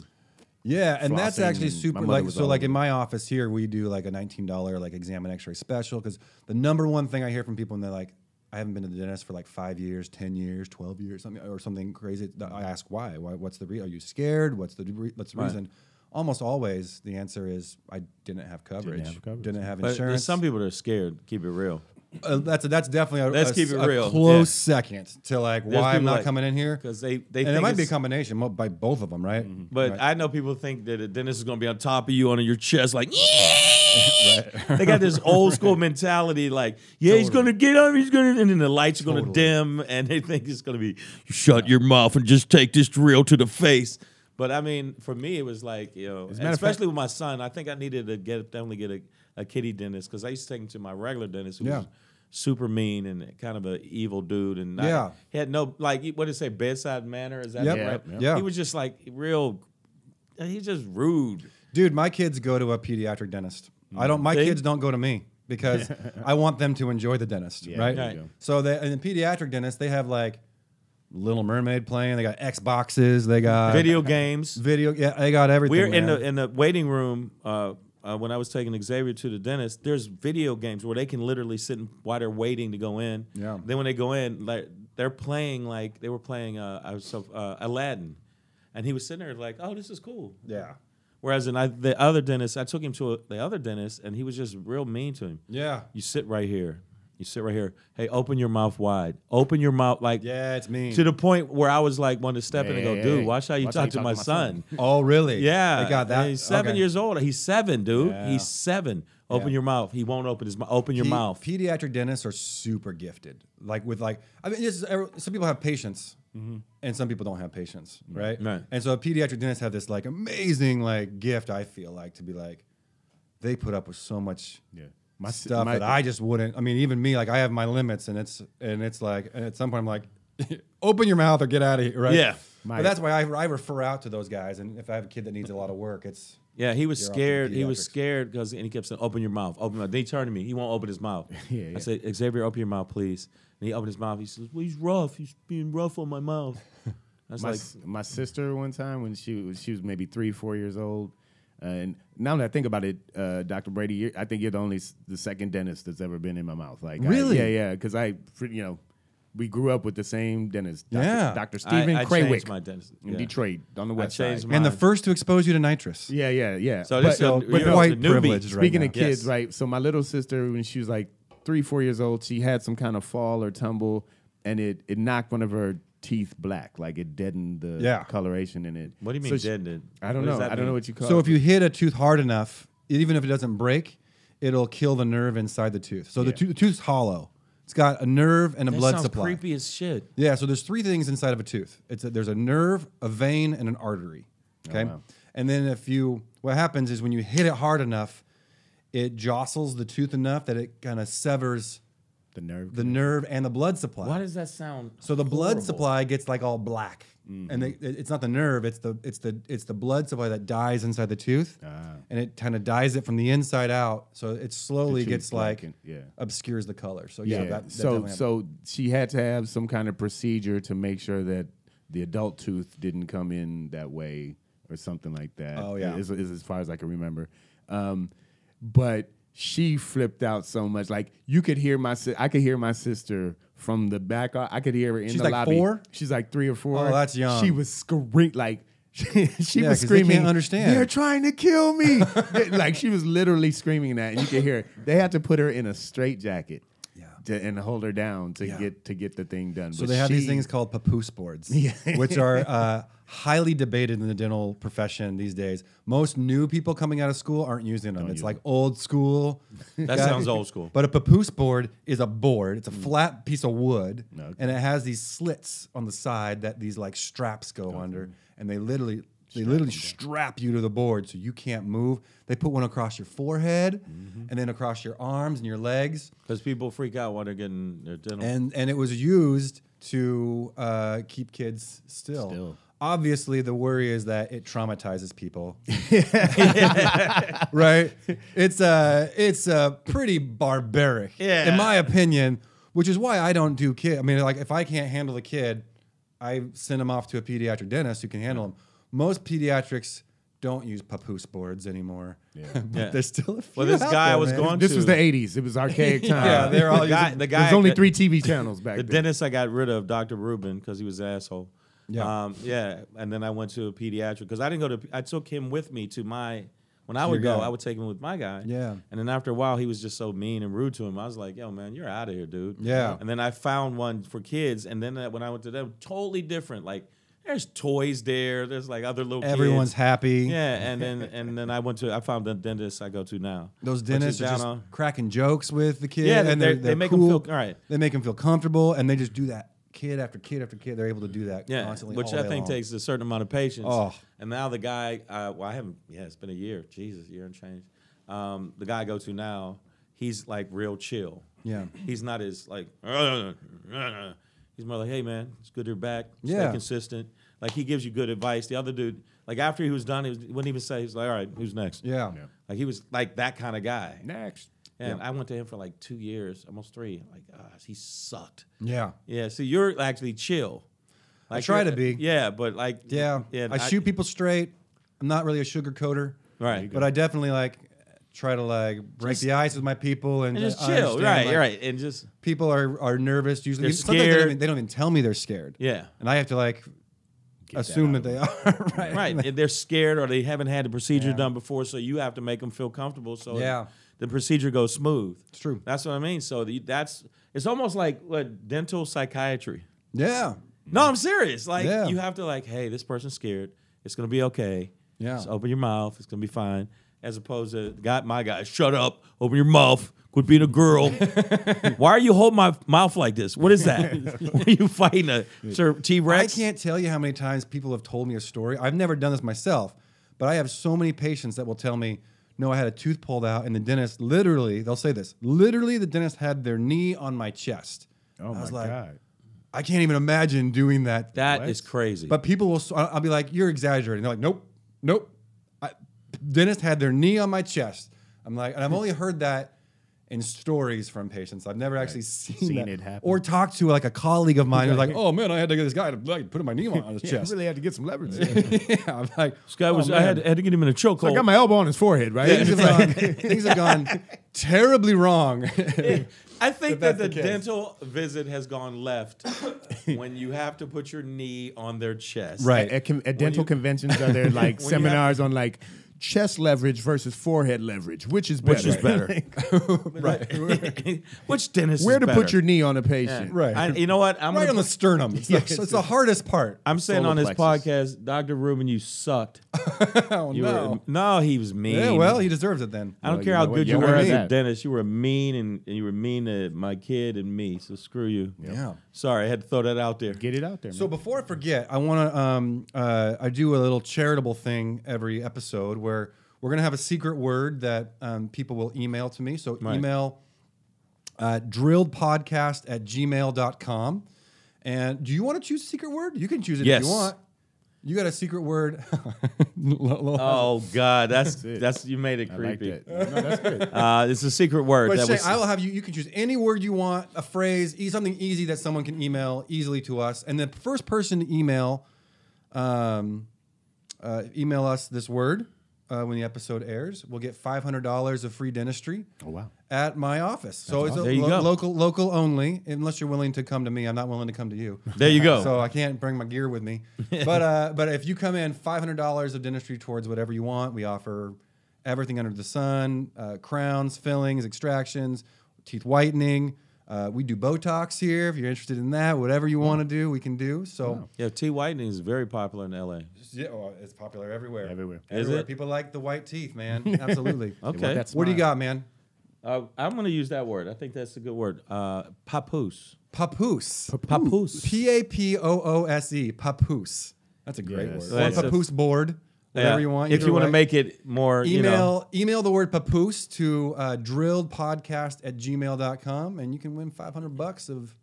A: Yeah, and that's
D: flossing
A: actually
D: and
A: super.
D: my mother
A: Like,
D: was
A: so,
D: all
A: like
D: over
A: in my office here, we do like a nineteen dollar like exam and X-ray special because the number one thing I hear from people and they're like, I haven't been to the dentist for like five years, ten years, twelve years, something or something crazy. Th- I ask why. Why? What's the re- Are you scared? What's the re- What's the reason? Almost always the answer is I didn't have coverage. Didn't have,
C: But there's
A: insurance.
C: some people that are scared. Keep it real.
A: uh, that's a, that's definitely a, a
C: Let's
A: s-
C: keep it
A: a
C: real.
A: close second to like
C: There's
A: why I'm
C: people
A: not
C: like-
A: coming in here
C: 'Cause they- they
A: and it
C: think
A: might be a
C: it's- Mm-hmm.
A: combination mo- by both of them, right?
C: But I know people think that a dentist is going to be on top of you on your chest, like, yeah, They got this old school mentality, like, yeah, he's gonna get up, he's gonna, and then the lights are gonna dim, and they think it's gonna be, "You shut your mouth and just take this drill to the face. But I mean, for me, it was like, you know,
D: matter of
C: especially with my son, I think I needed to get definitely get a, a kitty dentist because I used to take him to my regular dentist, who
A: Yeah.
C: was super mean and kind of an evil dude, and I-
A: Yeah.
C: he had no like, what did it say, bedside manner? Is that
A: Yep.
C: right?
A: Yep. Yeah.
C: he was just like real. He's just rude.
A: Dude, my kids go to a pediatric dentist. I don't. My
C: See?
A: kids don't go to me because I want them to enjoy the dentist, right?
C: there you Right. go.
A: So they and the pediatric dentist, they have like Little Mermaid playing. They got Xboxes. They got
C: Video games.
A: Video. Yeah, they got everything.
C: We're in
A: Uh, man.
C: the in the waiting room. Uh, uh, when I was taking Xavier to the dentist, there's video games where they can literally sit and, while they're waiting to go in.
A: Yeah.
C: Then when they go in, like they're playing like they were playing uh, I was so, uh, Aladdin, and he was sitting there like, oh, this is cool.
A: yeah.
C: Whereas in I, the other dentist, I took him to a, the other dentist, and he was just real mean to him.
A: Yeah.
C: You sit right here. You sit right here. Hey, open your mouth wide. Open your mouth like
A: Yeah, it's mean.
C: to the point where I was like, wanting to step in and
D: Hey,
C: go,
D: hey,
C: dude,
D: hey.
C: watch how you
D: Watch
C: talk to my, son.
A: oh, really?
C: Yeah,
A: They got that.
C: He's seven
A: Okay.
C: years old. He's seven, dude.
A: Yeah.
C: He's seven. Open
A: Yeah.
C: your mouth. He won't open his mouth. Open your
A: Pe-
C: mouth.
A: Pediatric dentists are super gifted. Like with like, I mean, this is, every- some people have patience, and some people don't have patience, right?
C: Mm-hmm. Right.
A: And so pediatric dentists have this like amazing like gift. I feel like to be like, they put up with so much
D: Yeah. My s-
A: stuff
D: my-
A: that I just wouldn't. I mean, even me, like I have my limits, and it's and it's like, and at some point I'm like, open your mouth or get out of here, right?
C: Yeah.
A: but that's why I, I refer out to those guys, and if I have a kid that needs a lot of work, it's
C: Yeah, he was
A: You're off to
C: scared. He was
A: pediatrics.
C: scared because and he kept saying, "Open your mouth, open." Your mouth. Then he turned to me. He won't open his mouth.
D: Yeah,
C: I
D: yeah.
C: said, "Xavier, open your mouth, please." And he opened his mouth. He says, "Well, he's rough. He's being rough on my mouth." I was
D: my,
C: like,
D: s- my sister one time when she was she was maybe three four years old and now that I think about it, uh, Doctor Brady, you're, I think you're the only s- the second dentist that's ever been in my mouth. Like, I-
A: Really?
D: yeah, yeah, because I, fr- you know, we grew up with the same dentist, Dr.
A: Yeah.
D: Doctor
C: I-
D: Stephen
C: I
D: Krawick
C: changed my dentist
D: in
C: Yeah.
D: Detroit on the
C: I
D: west side.
C: changed my
A: and the first to expose you to nitrous.
D: Yeah, yeah, yeah.
C: So this
D: But-
C: is a-
A: but
C: you're
A: white
C: the newbie.
A: privilege, right?
D: Speaking
A: now.
D: of kids,
C: Yes.
D: right? So my little sister, when she was like three, four years old, she had some kind of fall or tumble, and it it knocked one of her teeth black, like it deadened the
A: Yeah.
D: coloration in it.
C: What do you mean
D: So she-
C: deadened?
D: I don't
C: What does
D: know. I
C: that
D: don't know
C: mean?
D: what you call.
A: So
D: it.
A: if you hit a tooth hard enough, even if it doesn't break, it'll kill the nerve inside the tooth. So the, tooth, the tooth's hollow. It's got a nerve and a
C: that
A: blood
C: sounds
A: supply.
C: creepy as shit.
A: Yeah. So there's three things inside of a tooth. It's a, there's a nerve, a vein, and an artery. Okay. And then if you what happens is when you hit it hard enough, it jostles the tooth enough that it kind of severs
D: the nerve,
A: the nerve and the blood supply.
C: Why does that sound?
A: So the blood
C: horrible?
A: supply gets like all black,
D: Mm-hmm.
A: and they, it- it's not the nerve; it's the it's the it's the blood supply that dies inside the tooth,
D: Ah.
A: and it kind of dyes it from the inside out. So it slowly
D: tooth
A: gets like
D: blackened, yeah.
A: obscures the color. So yeah, that, that
D: so
A: definitely happened.
D: so she had to have some kind of procedure to make sure that the adult tooth didn't come in that way or something like that.
A: Oh, yeah.
D: is, is as far as I can remember. Um, but she flipped out so much. Like you could hear my si- I could hear my sister from the back. o- I could hear her in
A: She's
D: the
A: like
D: lobby.
A: four?
D: She's like three or four.
A: Oh, that's young.
D: She was screaming like. She, she
A: Yeah,
D: was
A: 'cause they can't
D: screaming.
A: understand.
D: "They're trying to kill me. They- like she was literally screaming that, and you could hear it. They had to put her in a straitjacket,
A: Yeah.
D: to, and hold her down to
A: Yeah.
D: get to get the thing done.
A: So
D: But
A: they have these
D: she-
A: things called papoose boards, which are uh, highly debated in the dental profession these days. Most new people coming out of school aren't using them. it's like old school.
C: That
A: guy-
C: sounds old school.
A: But a papoose board is a board. It's a flat piece of wood, and it has these slits on the side that these like straps go under, and they literally. They literally strap you to the board so you can't move. They put one across your forehead and then across your arms and your legs
C: Because people freak out when they're getting their dental.
A: and and it was used to uh, keep kids still. Obviously, the worry is that it traumatizes people, right? It's uh, it's uh, pretty barbaric,
C: Yeah.
A: in my opinion. Which is why I don't do kid. I mean, like if I can't handle the kid, I send them off to a pediatric dentist who can handle them. Most pediatrics don't use papoose boards anymore. Yeah, but
C: Yeah.
A: there's still a few.
C: well, this
A: out
C: guy
A: there,
C: I was
A: man.
C: going
D: This
C: to.
D: was the '80s. It was archaic time.
A: Yeah, they're all
C: Uh, the guy, the guy
D: There's only
C: that-
D: three TV channels back
C: The
D: then.
C: dentist I got rid of, Dr. Rubin, because he was an asshole.
A: Yeah.
C: Um, yeah. And then I went to a pediatric because I didn't go to, I took him with me to my, when I
A: To
C: would
A: your
C: go,
A: guy.
C: I would take him with my guy.
A: Yeah.
C: And then after a while, he was just so mean and rude to him. I was like, yo, man, you're out of here, dude.
A: Yeah.
C: And then I found one for kids. And then uh, when I went to them, totally different. Like, There's toys there. There's like other little.
A: Everyone's
C: kids.
A: happy.
C: Yeah, and then and then I went to I found the dentist I go to now.
A: Those
C: which is
A: dentists are
C: down
A: just
C: on-
A: cracking jokes with the kid.
C: Yeah,
A: and
C: they-
A: they're,
C: they
A: they're
C: make 'em
A: cool.
C: feel- all right.
A: They make them feel comfortable, and they just do that kid after kid after kid. They're able to do that
C: yeah,
A: constantly,
C: which
A: all
C: I
A: day
C: think
A: long.
C: takes a certain amount of patience.
A: Oh.
C: And now the guy, uh, well, I haven't. Yeah, it's been a year. Jesus, year and change. Um, the guy I go to now, he's like real chill.
A: Yeah.
C: he's not as like. He's more like, hey man, it's good you're back. Stay
A: Yeah.
C: consistent. Like he gives you good advice. The other dude, like after he was done, he, was, he wouldn't even say. He's like, all right, who's next?
A: Yeah.
C: Like he was like that kind of guy.
D: Next.
C: And I went to him for like two years, almost three. Like, gosh, he sucked.
A: Yeah.
C: Yeah. So you're actually chill. Like
A: try
C: you're-
A: to be.
C: Yeah, but like.
A: Yeah.
C: Yeah.
A: I, shoot people straight. I'm not really a sugar coater.
C: Right.
A: But I definitely like try to like break the ice with my people and,
C: And just
A: I
C: chill.
A: understand,
C: Right.
A: like,
C: right. And just.
A: People are, are nervous usually.
C: They're
A: Sometimes They don't,
C: scared.
A: even, they don't even tell me they're scared.
C: Yeah.
A: And I have to like assume that, they are. right.
C: Right. and they're scared or they haven't had the procedure done before, so you have to make them feel comfortable. So
A: Yeah.
C: the procedure goes smooth. It's
A: true.
C: That's what I mean. So the, that's it's almost like what dental psychiatry.
A: Yeah.
C: No, I'm serious. Like
A: Yeah.
C: you have to like, hey, this person's scared. It's gonna be okay.
A: Yeah.
C: Just open your mouth. It's gonna be fine. As opposed to God, my guy, shut up. Open your mouth. Quit being a girl. Why are you holding my mouth like this? What is that? What are you fighting a T
A: I
C: Rex?
A: can't tell you how many times people have told me a story. I've never done this myself, but I have so many patients that will tell me, no, I had a tooth pulled out, and the dentist literally, they'll say this, literally, the dentist had their knee on my chest.
D: Oh
A: I was
D: my
A: like,
D: God.
A: I can't even imagine doing that.
C: That is crazy.
A: But people will, s- I- I'll be like, you're exaggerating. They're like, nope, nope. I, dentist had their knee on my chest. I'm like, and I've only heard that in stories from patients. I've never actually seen,
D: Seen
A: that.
D: it happen.
A: Or talked to like a colleague of mine who's like, oh man, I had to get this guy to like, put my knee on, on his
D: Yeah, I
A: chest.
D: really had to get some leverage.
A: yeah, I'm like, "Oh,
C: this guy was. I had, I had to get him in a chokehold.
D: I got my elbow on his forehead, right?
A: things have, gone, things have gone terribly wrong.
C: I think that
A: that's
C: the
A: the case.
C: dental visit has gone left when you have to put your knee on their chest.
A: right.
D: At, at com- at dental conventions, are there like
C: you have-
D: seminars on like chest leverage versus forehead leverage? Which is better?
C: Which is better. right. Which dentist?
D: Where
C: is
D: to
C: better?
D: put your knee on a
C: Yeah.
D: patient?
A: Right.
C: I- you know what? I'm
A: right
C: gonna
A: on the
C: put-
A: sternum. It's, the, it's the hardest part.
C: I'm saying
D: solar
C: on this
D: plexus.
C: podcast, Dr. Rubin, you sucked.
A: Oh,
C: You
A: no.
C: were, no, he was mean.
A: Yeah, well, he deserves it then.
C: I don't
D: Well,
C: care
D: you
C: how
D: know what?
C: good
D: You
C: you
D: know
C: were
D: what
C: as
D: I
C: a
D: mean.
C: dentist. You were mean, and, and you were mean to my kid and me. So screw you.
A: Yeah.
C: Sorry, I had to throw that out there.
D: Get it out there.
A: So
D: So
A: before I forget, I want to um, uh, I do a little charitable thing every episode where we're gonna have a secret word that um, people will email to me. So email uh, drilledpodcast at gmail.com. And do you want to choose a secret word? You can choose it
C: Yes.
A: if you want. You got a secret word. Lil-
C: Oh God, that's
D: it.
C: that's you made it
D: I like
C: creepy.
D: that. No, that's good.
C: Uh, it's a secret word.
A: But
C: that
A: Shane,
C: was,
A: I will have you. You can choose any word you want, a phrase, e- something easy that someone can email easily to us. And the first person to email, um, uh, email us this word uh, when the episode airs, we'll get five hundred dollars of free dentistry.
D: Oh, wow.
A: At my office, so it's a
C: There you
A: lo-
C: go.
A: local, local only. Unless you're willing to come to me, I'm not willing to come to you.
C: There you go.
A: So I can't bring my gear with me. but uh, but if you come in, five hundred dollars of dentistry towards whatever you want. We offer everything under the sun: uh, crowns, fillings, extractions, teeth whitening. Uh, we do Botox here. If you're interested in that, whatever
C: Mm.
A: you want to do, we can do. So
C: yeah, T whitening is very popular in L.A.
A: yeah, well, it's popular everywhere.
D: Everywhere.
C: Is it?
A: People like the white teeth, man. Absolutely.
C: Okay.
D: that's-
A: What do you
D: smile.
A: got, man?
C: Uh, I'm going to use that word. I think that's a good word. Uh, papoose.
A: Papoose.
C: Papoose.
A: P A P O O S E. Papoose. That's a great
D: Yes.
A: word.
C: That's a-
A: Or papoose board. Whatever
C: Yeah.
A: you want.
C: If
A: either
C: you want to
A: way.
C: make it more,
A: email
C: you know,
A: email the word papoose to uh, drilledpodcast at gmail.com and you can win 500 bucks of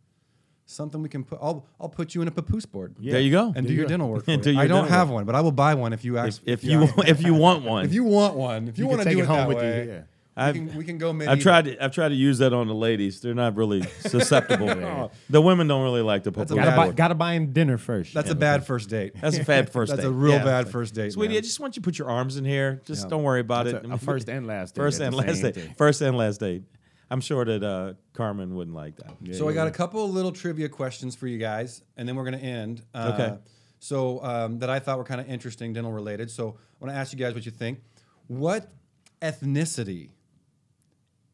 A: something we can put i'll, I'll put you in a papoose board
C: there you go.
A: and do your dental work for
C: Do
A: you.
C: your
A: i don't
C: dental
A: have one but i will buy one if you
C: if,
A: ask
C: if you if you want one,
A: if you want one if you,
D: You can
A: want to
D: take
A: do
D: it
A: it,
D: home
A: that
D: with you,
A: way
D: yeah.
A: we, can, we can go medieval.
C: I've tried to, I've tried to use that on the ladies. They're not really susceptible. The women don't really like the papoose.
A: a
C: word.
A: bad
C: That's
A: Gotta
C: a,
A: buy-
D: gotta buy him dinner first.
A: bad first date
C: bad first date.
A: That's a real
C: Yeah.
A: bad first date,
C: Sweetie,
A: man.
C: I just want you to put your arms in here. Just don't worry about
D: That's
C: it.
D: a- a first and last date
C: First
D: at
C: and
D: the
C: last
D: same
C: date.
D: thing.
C: First and last date. I'm sure that uh, Carmen wouldn't like that.
A: so I got a couple of little trivia questions for you guys, and then we're gonna end. Uh,
C: Okay.
A: So um, that I thought were kind of interesting, dental related. So I want to ask you guys what you think. What ethnicity?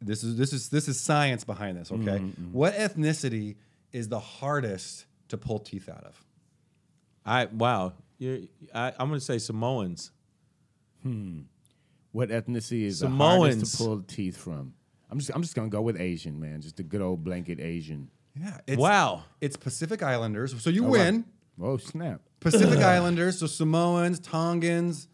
A: This is this is this is science behind this. Okay. What ethnicity is the hardest to pull teeth out of?
C: I wow. You're, I, I'm gonna say Samoans.
D: What ethnicity is the hardest
C: Samoans.
D: to pull teeth from? I'm just I'm just gonna go with Asian, man. Just a good old blanket Asian.
A: Yeah. It's,
C: wow.
A: It's Pacific Islanders. So you
D: Oh, wow.
A: win.
D: Oh snap!
A: Pacific Islanders, so Samoans, Tongans,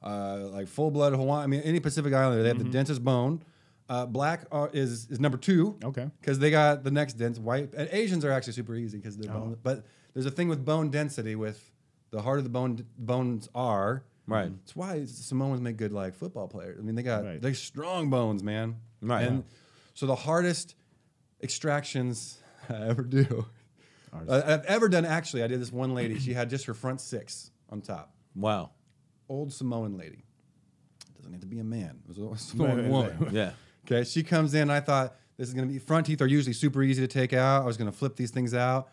A: uh, like full blood Hawaiian. I mean, any Pacific Islander, they have
D: Mm-hmm.
A: the densest bone. Uh, black are, is is number two.
D: Okay.
A: Because they got the next dense white. And Asians are actually super easy because they're
D: Oh.
A: bone. But there's a thing with bone density. With the harder the bone bones are,
C: Right.
A: That's why Samoans make good like football players. I mean, they got
D: Right.
A: they strong bones, man.
C: Right.
A: And so the hardest extractions I ever do, uh, I've ever done actually. I did this one lady. She had just her front six on top.
C: Wow.
A: Old Samoan lady. Doesn't have to be a man. It was a
D: Right,
A: Samoan
D: right,
A: woman.
C: Yeah.
A: Okay, she comes in. I thought this is gonna be front teeth are usually super easy to take out. I was gonna flip these things out.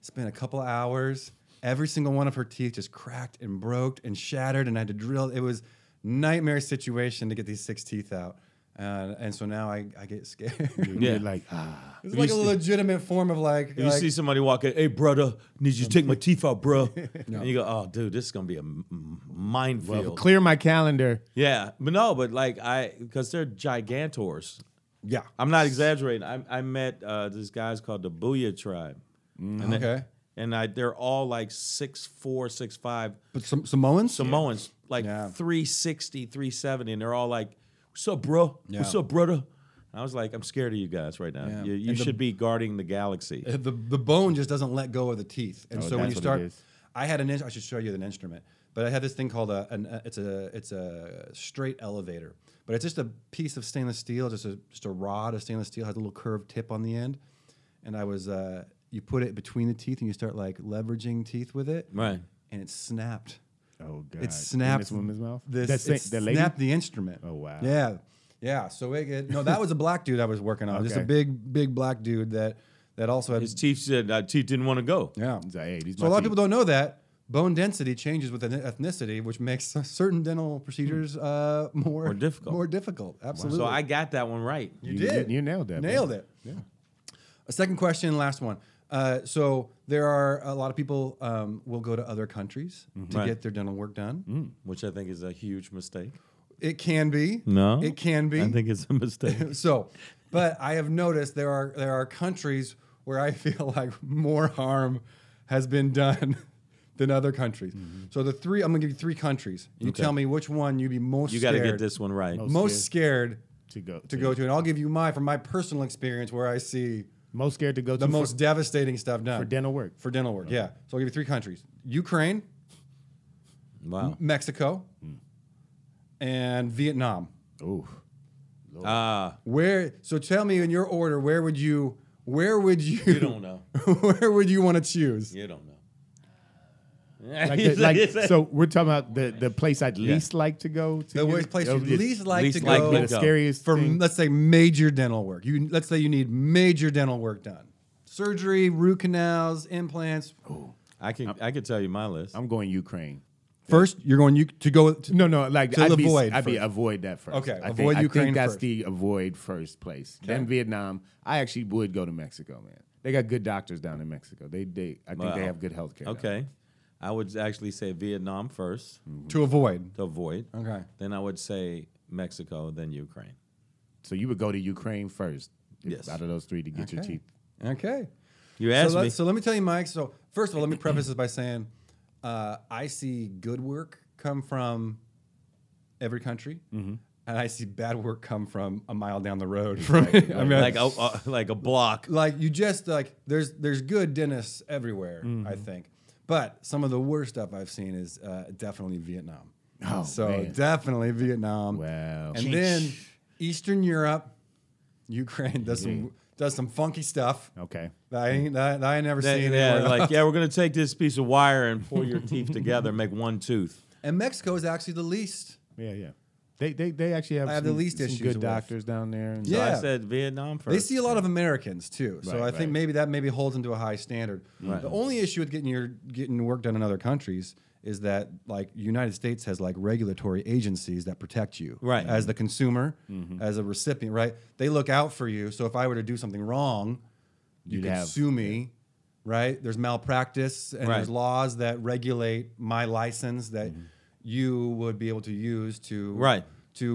A: Spent a couple hours. Every single one of her teeth just cracked and broke and shattered, and I had to drill. It was nightmare situation to get these six teeth out, uh, and so now I, I get scared. it's
C: Yeah.
D: You're like ah,
A: like a
C: see-
A: legitimate form of like,
C: If you
A: like-
C: see somebody walk in, hey brother, need you to take my teeth out, bro. And you go, oh dude, this is gonna be a m- m-
D: well,
C: minefield.
D: clear my calendar.
C: yeah, but no, but like I, because they're gigantors.
A: yeah,
C: I'm not exaggerating. I, I met uh, these guys called the Booyah Tribe, and they-
A: okay.
C: and I, they're all like six four, six five
A: But some Samoans,
C: Samoans, like
A: Yeah.
C: 360, 370, and they're all like, "What's up, bro? What's
A: Yeah.
C: up, brother?" And I was like, "I'm scared of you guys right now.
A: Yeah.
C: You, you
A: And the-
C: should be guarding the galaxy."
A: uh, the the bone just doesn't let go of the teeth, and
D: Oh,
A: so when
D: that's
A: you
D: what it
A: start,
D: is.
A: I had an in- I should show you an instrument, but I had this thing called a an uh, it's a it's a straight elevator, but it's just a piece of stainless steel, just a just a rod of stainless steel has a little curved tip on the end, and I was uh, you put it between the teeth and you start like leveraging teeth with it,
C: Right.
A: And it snapped.
D: Oh god, In
A: It snapped
D: this woman's mouth.
A: This
D: That sa-
A: it
D: that lady?
A: snapped the instrument.
D: Oh, wow.
A: Yeah, yeah. So it, it- no, that was a black dude I was working on. Just a
D: Okay.
A: big big black dude that that also had
C: His teeth said, uh, "Teeth didn't want to go."
A: yeah.
D: He's like, hey, these
A: So
D: my
A: a lot of
D: teeth.
A: people don't know that bone density changes with eth- ethnicity, which makes certain dental procedures uh, more
C: More difficult.
A: More difficult, absolutely.
C: So I got that one right.
A: you did.
D: You, nailed that.
A: Nailed
D: bro.
A: it. Yeah. A second question, last one. Uh, so there are a lot of people um, will go to other countries to
C: Right. Mm-hmm.
A: get their dental work done.
C: which I think is a huge mistake.
A: It can be.
C: No,
A: It can be.
C: I think it's a mistake.
A: so, but I have noticed there are there are countries where I feel like more harm has been done than other countries. So the three I'm gonna give you three countries. You
C: Mm-hmm. Okay.
A: tell me which one you'd be most
C: you got
A: scared,
C: to get this one right.
A: most scared
D: to go
A: to go to, and I'll give you my from my personal experience where I see
D: Most scared to go
A: the
D: to
A: most devastating stuff done
D: for, for dental work.
A: For dental work, yeah. So I'll give you three countries: Ukraine,
C: Wow.
A: Mexico,
C: Mm.
A: and Vietnam.
D: Ooh,
C: Ah,
A: Where? So tell me in your order, where would you? Where would you?
C: you don't know.
A: where would you want to choose?
C: You don't know.
D: like, the, like so we're talking about the, the place I'd least like to go. To
A: The
D: get-
A: way- place
D: Oh,
A: you'd
D: it's-
A: least like
C: least
A: to
C: likely
A: go
D: the
C: to go.
D: scariest
A: for,
D: thing.
A: let's say, major dental work. You let's say you need major dental work done: surgery, root canals, implants.
C: I can I can tell you my list.
D: I'm going Ukraine.
A: First, you're going you, to go. To,
D: No, no, like
A: To
D: I'd
A: avoid
D: be I'd be
A: first.
D: avoid that first.
A: Okay,
D: I think,
A: avoid
D: I
A: Ukraine
D: think that's
A: first.
D: the avoid first place. Then Vietnam. I actually would go to Mexico, man. They got good doctors down in Mexico. They they I think
C: Wow.
D: they have good health care.
C: okay, I would actually say Vietnam first
A: to avoid.
C: to avoid.
A: Mm. Okay.
C: Then I would say Mexico, then Ukraine.
D: So you would go to Ukraine first. if-
C: Yes.
D: Out of those three to get your
A: Okay.
D: teeth.
A: Okay.
C: You
A: So
C: asked me.
A: let, so let me tell you, Mike. So first of all, let me preface this by saying, uh, I see good work come from every country,
C: Mm-hmm.
A: and I see bad work come from a mile down the road. From I mean,
C: like a, uh, like a block.
A: like you just like there's there's good dentists everywhere i think but some of the worst stuff i've seen is uh, definitely vietnam
D: Oh,
A: so
D: man.
A: definitely vietnam
D: Wow.
A: and then eastern europe ukraine does some does some funky stuff
D: Okay.
A: that i ain't that, that i ain't never
C: They-
A: seen
C: yeah,
A: anywhere
C: like
A: else.
C: yeah, we're gonna take this piece of wire and pull your teeth together and make one tooth.
A: and mexico is actually the least
D: Yeah, yeah. They they, they actually have,
A: I have the
D: some-
A: least
D: some
A: issues
D: good
A: with.
D: doctors down there. and-
C: So
A: Yeah.
C: I said Vietnam first.
A: They see a lot of Americans too, so
D: Right,
A: I think
D: right.
A: maybe that maybe holds them to a high standard. The only issue with getting your getting work done in other countries is that like United States has like regulatory agencies that protect you,
C: Right.
A: As the consumer,
D: Mm-hmm.
A: as a recipient, right? They look out for you. So if I were to do something wrong, you
D: You'd
A: could
D: have-
A: sue me. right? There's malpractice and
C: Right.
A: there's laws that regulate my license that
D: Mm-hmm.
A: you would be able to use to
C: Right.
A: to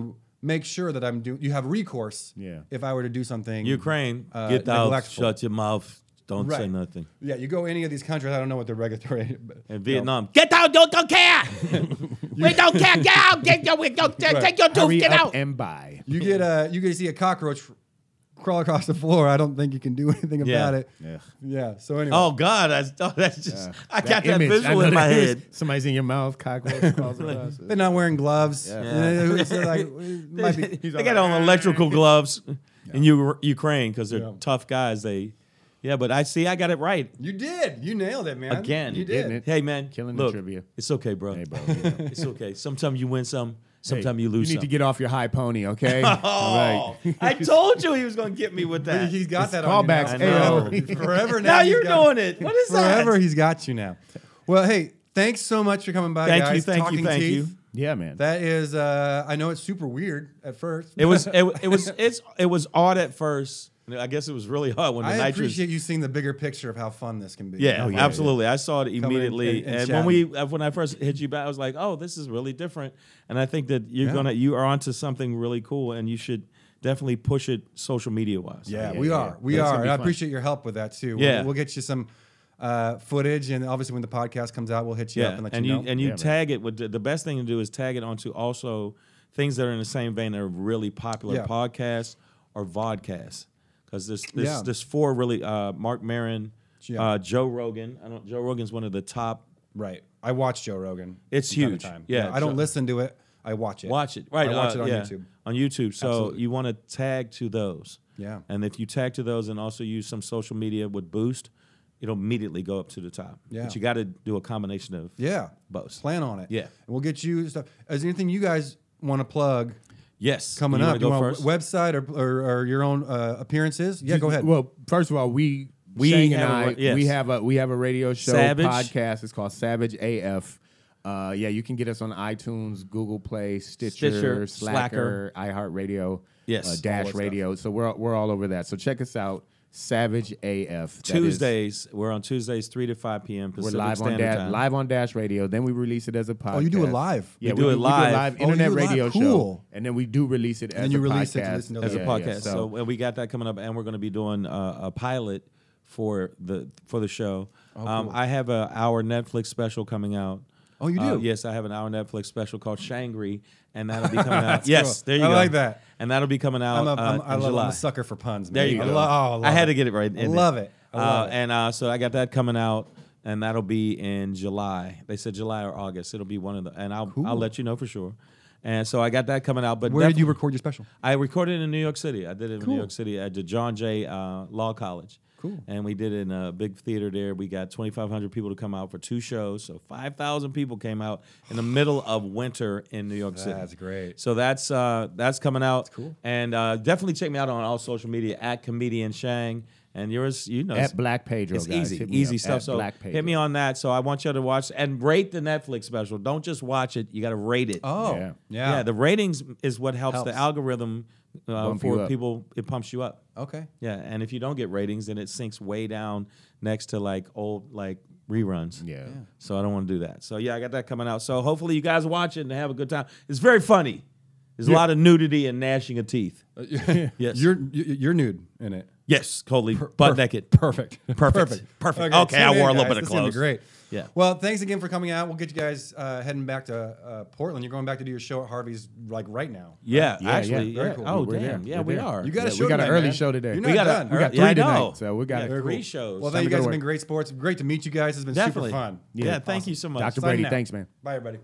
A: make sure that I'm doing. You have recourse.
D: Yeah.
A: If I were to do something,
C: Ukraine,
A: uh,
C: get out,
A: neglectful.
C: shut your mouth, don't say
A: Right.
C: nothing.
A: Yeah, you go any of these countries. I don't know what the regulatory.
C: And Vietnam,
E: Get out, don't, don't care. we don't care. Get out. Get your, we don't, Take your tooth.
D: Hurry
E: Get
D: up
E: out.
D: and buy.
A: You get a you get to see a cockroach crawl across the floor. I don't think you can do anything about
C: Yeah.
A: it.
D: Yeah.
A: Yeah. So anyway.
C: oh God, that's, oh, that's just, I got that,
D: image, I
C: visual
D: know
C: in my
D: that
C: head.
D: image. Somebody's in your mouth, cockroach crawls across.
A: They're not wearing gloves.
C: Yeah.
A: It's like, it might be-
C: they got on electrical gloves in U- Ukraine because they're
A: Yeah.
C: tough guys. They, yeah, but I see, I got it right.
A: you did. You nailed it, man.
C: Again.
A: You
C: You
A: did.
D: didn't it?
C: Hey man,
D: Killing the
C: look,
D: trivia.
C: It's okay, bro.
D: Hey, bro.
C: it's okay. Sometimes you win some, sometimes
D: Hey,
C: you lose
D: You need to
C: some.
D: get off your high pony, okay? All
C: oh,
D: right.
C: I told you he was gonna get me with that.
A: He's got that on you now.
C: I
D: Callbacks.
C: know.
D: Ayo.
A: Forever now.
C: now
A: he's
C: you're
A: got-
C: doing it. What is that?
A: Forever he's got you now. Well, hey, thanks so much for coming by,
C: Thank you,
A: guys.
C: thank you,
A: Talking
C: thank you.
A: teeth.
D: Yeah, man.
A: That is, uh, I know it's super weird at first.
C: It was it, it was it's it was odd at first. And I guess it was really hard when the
A: I
C: nitrous.
A: appreciate you seeing the bigger picture of how fun this can be.
C: yeah,
D: yeah,
C: absolutely. I saw it immediately,
A: and- and
C: and, when we when I first hit you back, I was like, "Oh, this is really different." And I think that you're gonna you are onto something really cool, and you should definitely push it social media wise.
A: Yeah,
D: yeah,
A: we
D: yeah.
A: are. We
D: That's
A: are.
D: gonna be
A: And I
D: fun.
A: appreciate your help with that too. We'll-
C: Yeah.
A: We'll, get you some uh, footage and obviously when the podcast comes out, we'll hit you up and let you, know.
C: and you
D: Yeah, man.
C: tag it with the, the best thing to do is tag it onto also things that are in the same vein that are really popular
A: Yeah.
C: podcasts or vodcasts because this this
A: Yeah.
C: this four really uh, Mark Marin,
A: Yeah.
C: uh, Joe Rogan. I don't Joe Rogan's one of the top.
A: right. I watch Joe Rogan.
C: It's
A: from time to
C: huge.
A: time.
C: Yeah,
A: I don't
C: Joe-
A: listen to it. I watch it.
C: Watch it right.
A: I watch
C: uh,
A: it on
C: yeah,
A: YouTube.
C: On YouTube, so
A: Absolutely.
C: you want to tag to those.
A: Yeah.
C: and if you tag to those and also use some social media with Boost, it'll immediately go up to the top.
A: Yeah.
C: but you got to do a combination of
A: Yeah.
C: both.
A: Plan on it.
C: Yeah.
A: And we'll get you stuff. Is there anything you guys want to plug
C: Yes,
A: coming
C: You wanna
A: up?
C: Go
A: you want
C: first?
A: a website or, or, or your own uh, appearances? Yeah, go ahead.
D: Well, first of all, we
C: We
D: we Shang and
C: have a
D: I
C: ra- yes.
D: we have a we have a radio show
C: Savage.
D: podcast. It's called Savage AF. Uh, yeah, you can get us on iTunes, Google Play, Stitcher,
C: Stitcher,
D: Slacker, iHeartRadio,
C: Yes,
D: uh,
C: all that
D: Dash
C: stuff.
D: Radio. So we're we're all over that. So check us out, Savage AF. That is-
C: Tuesdays. we're on Tuesdays, three to five p.m.
D: We're
C: Pacific
D: live on
C: Standard
D: Dash,
C: Time.
D: live on Dash Radio. Then we release it as a podcast.
A: Oh, you do it live?
D: Yeah,
C: We do it live.
D: live
A: Oh, you
D: internet
A: do it live?
D: radio
A: Cool.
D: show, and then we do release it as
A: then you
D: a
A: release it to
D: podcast.
A: listen to
C: as a
A: Yeah,
C: podcast.
D: Yeah,
C: so and we got that coming up, and we're going to be doing uh, a pilot for the for the show. um, I have a our Netflix special coming out.
A: Oh, you
C: Uh,
A: do?
C: yes, I have an hour Netflix special called Shangri, and that'll be coming out. yes,
A: cool.
C: there you
A: I
C: go.
A: like that.
C: And that'll be coming out
A: I'm a, I'm,
C: uh,
A: I
C: in
A: love,
C: July.
A: I'm a sucker for puns. Man.
C: There you
A: I
C: go.
A: lo- oh, love
C: I had
A: it.
C: to get it right.
A: I
C: in
A: love
C: there.
A: it. I love
C: uh,
A: it.
C: And uh, so I got that coming out, and that'll be in July. They said July or August. It'll be one of the, and I'll I'll let you know for sure. And so I got that coming out. But
A: Where did you
C: definitely-
A: record your special?
C: I recorded in New York City. I did it in New York City at the John Jay uh, Law College. Cool. And we did it in a big theater there. We got 2,500 people to come out for two shows. So 5,000 people came out in the middle of winter in New York City.
A: That's great.
C: So that's uh, that's coming out. cool. And uh, definitely check me out on all social media at comedian Shang. And yours, you know,
D: At Black Pedro,
C: It's
D: guys.
C: easy,
D: Hit me
C: easy
D: up,
C: stuff.
D: at
C: So
D: Black
C: hit
D: Pedro.
C: me on that. So I want you to watch and rate the Netflix special. Don't just watch it. You got to rate it.
A: Oh,
D: Yeah.
A: yeah.
C: The ratings is what helps, the
A: Helps.
C: algorithm uh,
D: Bump you
C: for
D: up.
C: people. It pumps you up.
A: okay.
C: Yeah, and if you don't get ratings, then it sinks way down next to like old like reruns.
D: Yeah. Yeah.
C: So I don't want to do that. So yeah, I got that coming out. So hopefully you guys watch it and have a good time. It's very funny. There's a lot of nudity and gnashing of teeth. Yes.
A: You're you- you're nude in it.
C: yes, totally butt
A: Perf-
C: naked.
A: Perfect.
C: Perfect. Perfect. Okay, I
A: tune
C: wore a
A: in,
C: little
A: guys.
C: bit of
A: This is gonna be
C: clothes.
A: Great.
C: Yeah.
A: Well, thanks again for coming out. We'll get you guys uh, heading back to uh, Portland. You're going back to do your show at Harvey's like right now.
C: Yeah,
D: Yeah,
C: actually.
D: yeah,
C: Yeah.
D: very cool.
C: Oh
D: We're
C: damn.
D: there.
C: Yeah,
D: We're
C: we
D: there.
C: are.
A: You got
D: Yeah,
A: a
D: we
A: show.
D: got an
A: tonight,
D: early
A: man.
D: show today.
A: You're
D: We
A: not
C: we got
A: done.
C: a,
D: We got
C: yeah,
D: three
C: I know.
D: tonight, so we got
C: yeah,
D: it.
C: three
D: Very
C: shows.
A: Well, thank you guys
D: Time to go
A: have
D: to
A: been
D: work.
A: great sports. Great to meet you guys. It's been
C: Definitely.
A: super fun.
C: Yeah, thank you so much.
D: Dr.
A: Sign
D: Brady,
A: out.
D: thanks, man.
A: Bye, everybody.